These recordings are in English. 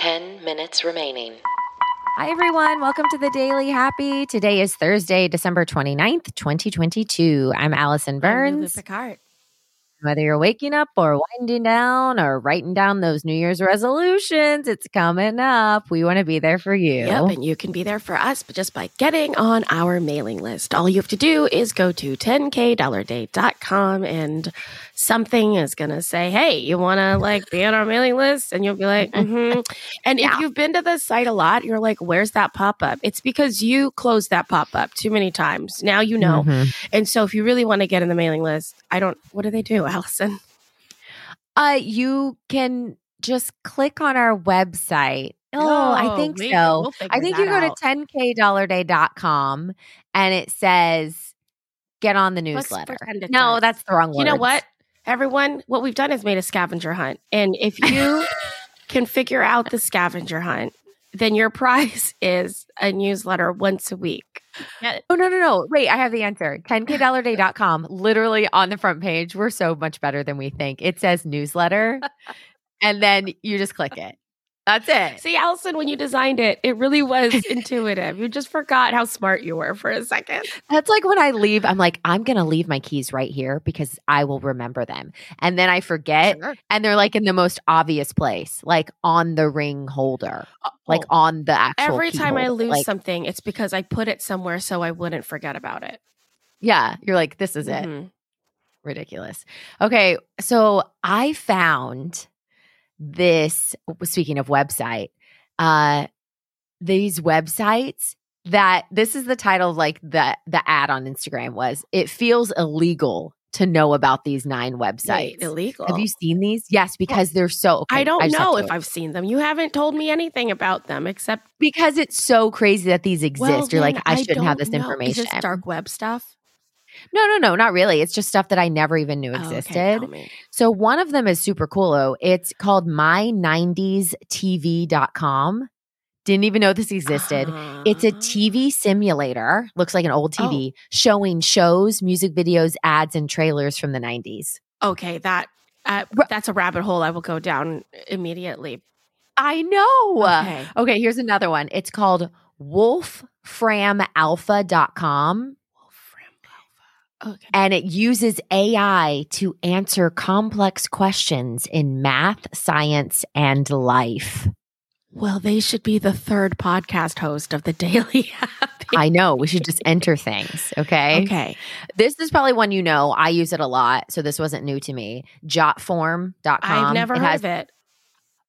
10 minutes remaining. Hi, everyone. Welcome to the Daily Happy. Today is Thursday, December 29th, 2022. I'm Allison Burns. Picard. Whether you're waking up or winding down or writing down those New Year's resolutions, it's coming up. We want to be there for you. Yep, and you can be there for us but just by getting on our mailing list. All you have to do is go to 10kdollarday.com and something is going to say, "Hey, you want to like be on our mailing list?" and you'll be like, "Mhm." And if you've been to the site a lot, you're like, "Where's that pop-up?" It's because you closed that pop-up too many times. Now you know. Mhm. And so if you really want to get in the mailing list, I don't what do they do, Allison? Uh, you can just click on our website. Oh, I think we- so. we'll figure I think that you go out. to 10kdollarday.com and it says get on the Let's newsletter. pretend it No, does. that's the wrong You know words. what? Everyone, what we've done is made a scavenger hunt. And if you can figure out the scavenger hunt, then your prize is a newsletter once a week. Oh, no, no, no. Wait, I have the answer. 10kdollarday.com, literally on the front page. We're so much better than we think. It says newsletter, and then you just click it. That's it. See, Allison, when you designed it, it really was intuitive. You just forgot how smart you were for a second. That's like when I leave, I'm like, I'm going to leave my keys right here because I will remember them. And then I forget, Sure. and they're like in the most obvious place, like on the ring holder, like Oh, on the actual. every key time I holder. lose Like, something, it's because I put it somewhere so I wouldn't forget about it. Yeah, you're like, this is it. Mhm. ridiculous. Okay, so I found this speaking of website, uh these websites that this is the title of like the the ad on Instagram was it feels illegal to know about these nine Wait, websites. illegal. Have you seen these? Yes, because they're so okay, I don't just have know to if look. I've seen them. You haven't told me anything about them except because it's so crazy that these exist. Well, You're like then I shouldn't have don't this know. information. Is this dark web stuff No, no, no, not really. It's just stuff that I never even knew Oh, okay, existed. tell me. So one of them is super cool. though. It's called my90stv.com. Didn't even know this existed. It's a Uh-huh. TV simulator, looks like an old TV, showing shows, music videos, ads, and trailers from the 90s. Okay, that uh, Ru- that's a rabbit hole. I will go down immediately. I know. Okay, Okay. here's another one. It's called wolfframalpha.com, Okay. and it uses AI to answer complex questions in math, science, and life. Well, they should be the third podcast host of the Daily Happy. I know. We should just enter things. Okay? Okay. This is probably one you know. I use it a lot. So this wasn't new to me. Jotform.com. I've never um, it heard has, of it.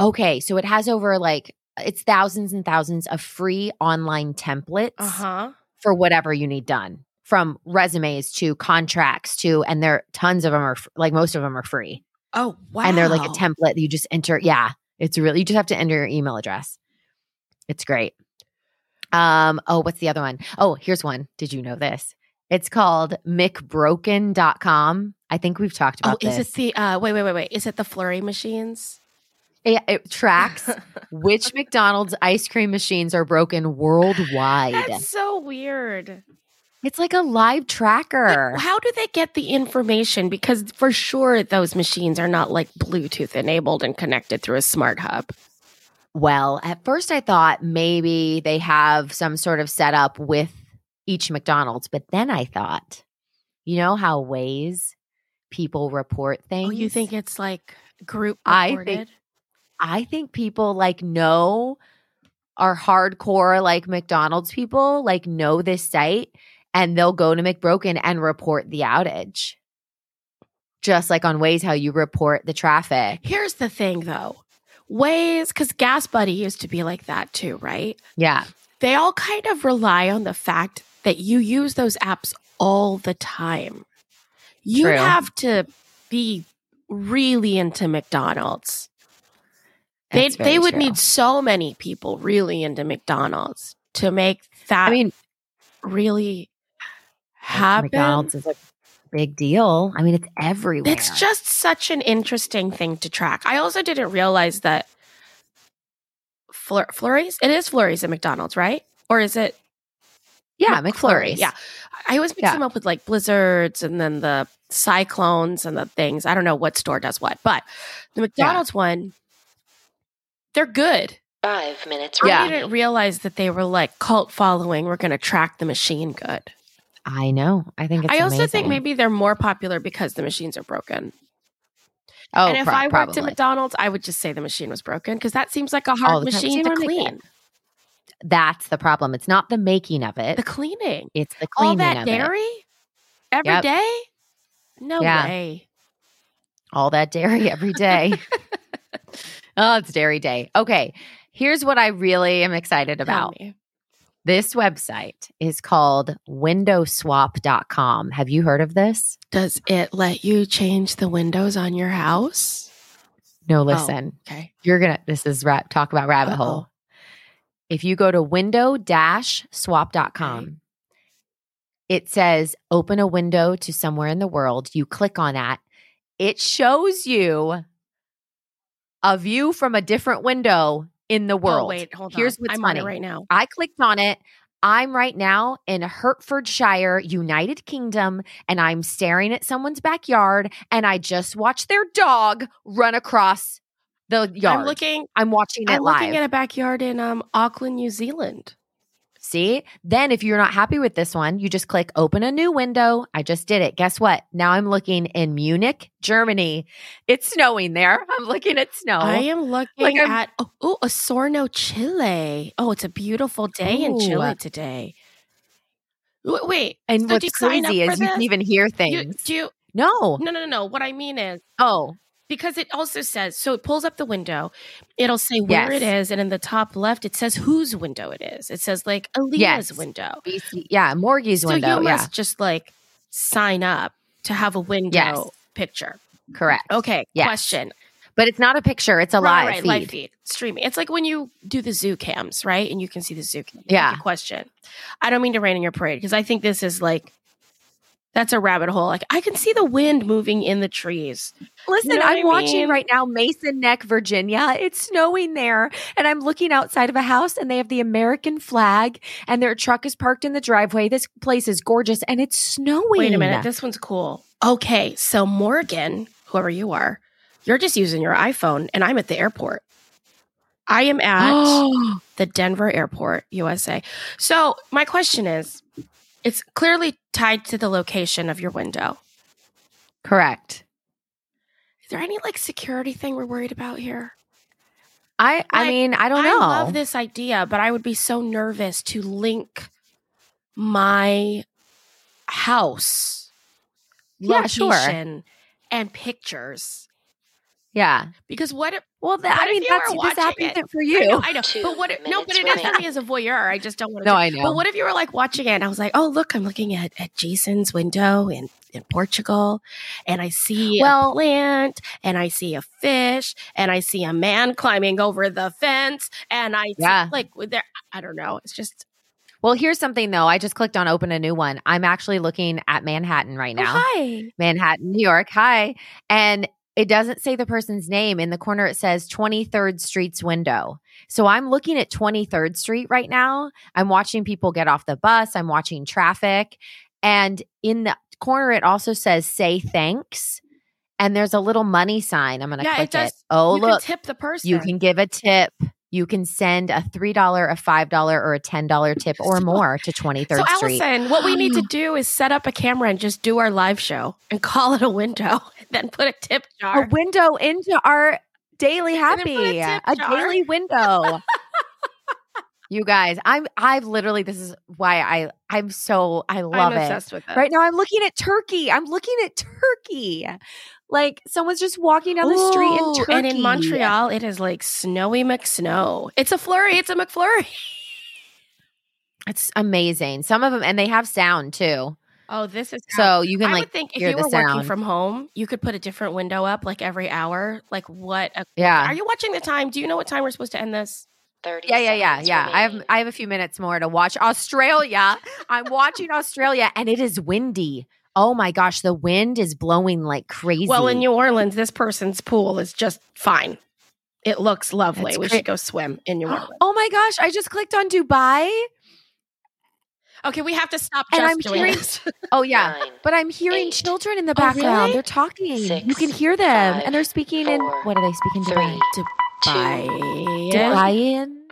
Okay. So it has over like, it's thousands and thousands of free online templates Uh huh. for whatever you need done from resumes to contracts to, and there tons of them are fr- like, most of them are free. Oh wow. And they're like a template that you just enter. Yeah. It's really, you just have to enter your email address. It's great. Um, oh, what's the other one? Oh, here's one. Did you know this? It's called mcbroken.com. I think we've talked Oh, about is this. it the uh, wait, wait, wait, wait? Is it the flurry machines? It, it tracks which McDonald's ice cream machines are broken worldwide. That's so weird. it's like a live Like, tracker. how do they get the information? Because for sure, those machines are not like Bluetooth enabled and connected through a smart hub. Well, at first I thought maybe they have some sort of setup with each McDonald's, but then I thought, you know how ways people report things? Oh, you think it's like group I think- recorded? I think people like know are hardcore like McDonald's people, like know this site and they'll go to McBroken and report the outage. Just like on Waze, how you report the traffic. Here's the thing though. Ways cuz Gas Buddy used to be like that too, right? Yeah. They all kind of rely on the fact that you use those apps all the time. You True. have to be really into McDonald's. They that's very they would true. need so many people really into McDonald's to make that I mean, really happen. McDonald's is a big deal. I mean, it's everywhere. It's just such an interesting thing to track. I also didn't realize that Fleur- Flurries, it is Flurries at McDonald's, right? Or is it Yeah, McFlurry? McFlurries. Yeah. I always mix Yeah. them up with like blizzards and then the cyclones and the things. I don't know what store does what, but the McDonald's one, they're good. Five minutes Yeah. I didn't realize that they were like cult following. We're going to track the machine good. I know. I think it's I also think amazing. maybe they're more popular because the machines are broken. oh, and if prob- I worked probably. at McDonald's, I would just say the machine was broken because that seems like a All hard the time. machine See, to we're making- clean. That's the problem. It's not the making of it. The cleaning, it's the cleaning all that of it. dairy every day. Yep. No Yeah. way. All that dairy every day. oh, it's dairy day. Okay. Here's what I really am excited Tell about. me. This website is called windowswap.com. Have you heard of this? Does it let you change the windows on your house? No, Oh. listen. Okay. You're going to this is ra- talk about rabbit Uh-oh. hole. If you go to window-swap.com, Okay. it says open a window to somewhere in the world. You click on that. It shows you a view from a different window in the world. Oh, wait, hold on. Here's what's I'm funny. on it right now. I clicked on it. I'm right now in Hertfordshire, United Kingdom, and I'm staring at someone's backyard, and I just watched their dog run across the yard. I'm looking. I'm watching it I'm live. looking at a backyard in um, Auckland, New Zealand. See? Then if you're not happy with this one, you just click open a new window. I just did it. Guess what? Now I'm looking in Munich, Germany. It's snowing there. I'm looking at snow. I am looking Oh, Like, I'm- at oh, ooh, Osorno, Chile. Oh, it's a beautiful day in Chile Ooh. today. W- Wait, and so do what's you sign up crazy for is you can this? even hear you, things. do you, no. no, no, no, no. What I mean is Oh, because it also says so. It pulls up the window. It'll say where it Yes. is, and in the top left, it says whose window it is. It says like Aaliyah's Yes. window. BC. Yeah. Morgy's So window. you yeah. must just like sign up to have a window Yes. picture. Correct. Okay, Yes. question. But it's not a picture, it's a Right, live right, feed. live feed streaming. It's like when you do the zoo cams, right? And you can see the zoo cam. Yeah. Good question. I don't mean to rain on your parade because I think this is like that's a rabbit hole. Like I can see the wind moving in the trees. Listen, You know what I'm I watching mean? right now Mason Neck, Virginia. It's snowing there, and I'm looking outside of a house, and they have the American flag, and their truck is parked in the driveway. This place is gorgeous, and it's snowing. Wait a minute, this one's cool. Okay, so Morgan, whoever you are, you're just using your iPhone, and I'm at the airport. I am at the Denver airport, USA. So, my question is it's clearly tied to the location of your window. Correct. Is there any like security thing we're worried about here? I I Like, mean I don't know. love this idea, but I would be so nervous to link my house Yeah, sure. location and pictures Yeah. because what if Well, that, What I if mean you that's were this app watching it? isn't for I know, you. I know Two but what if, no, but minutes it is for remaining. me as a voyeur. I just don't want to. No, I know. But what if you were like watching it and I was like, oh, look, I'm looking at, at Jason's window in, in Portugal and I see Well- a plant and I see a fish and I see a man climbing over the fence and I see, Yeah. like with there, I don't know. It's just, Well, here's something though. I just clicked on open a new one. I'm actually looking at Manhattan right now. oh, hi. Manhattan, New York. Hi. And it doesn't say the person's name. In the corner, it says 23rd Street's window. So I'm looking at 23rd Street right now. I'm watching people get off the bus. I'm watching traffic. And in the corner, it also says say thanks. And there's a little money sign. I'm going to Yeah, it click it. does- Oh, you look. can tip the person. You can give a tip. You can send a $3, a $5, or a $10 tip or So- more to 23rd So, Street. Allison, what we need to do is set up a camera and just do our live show and call it a window and then put a tip jar. a window into our daily And then happy, put a a, tip jar. daily window. you guys, I'm I've literally this is why I I'm so I love I'm it. obsessed with it. Right now I'm looking at Turkey. I'm looking at Turkey. Like someone's just walking down the street in Ooh, Turkey. And in Montreal, it is like snowy McSnow. It's a flurry. It's a McFlurry. It's amazing. Some of them and they have sound too. Oh, this is So you can I like would think if hear you the were sound. working from home, you could put a different window up like every hour. Like what? A, yeah. Are you watching the time? Do you know what time we're supposed to end this? Thirty. Yeah, yeah, yeah, seconds yeah. I have remaining. I have a few minutes more to watch Australia. I'm watching Australia, and it is windy. Oh my gosh, the wind is blowing like crazy. Well, in New Orleans, this person's pool is just fine. It looks lovely. That's we great. should go swim in New Orleans. oh my gosh, I just clicked on Dubai. Okay, we have to stop And just I'm doing hearing- this. Oh yeah, Nine, but I'm hearing Eight. children in the Oh, really? background. They're talking. you Six, can hear them, five, and they're speaking in four, what do they speak in Dubai? three, Du- Bye. Brian.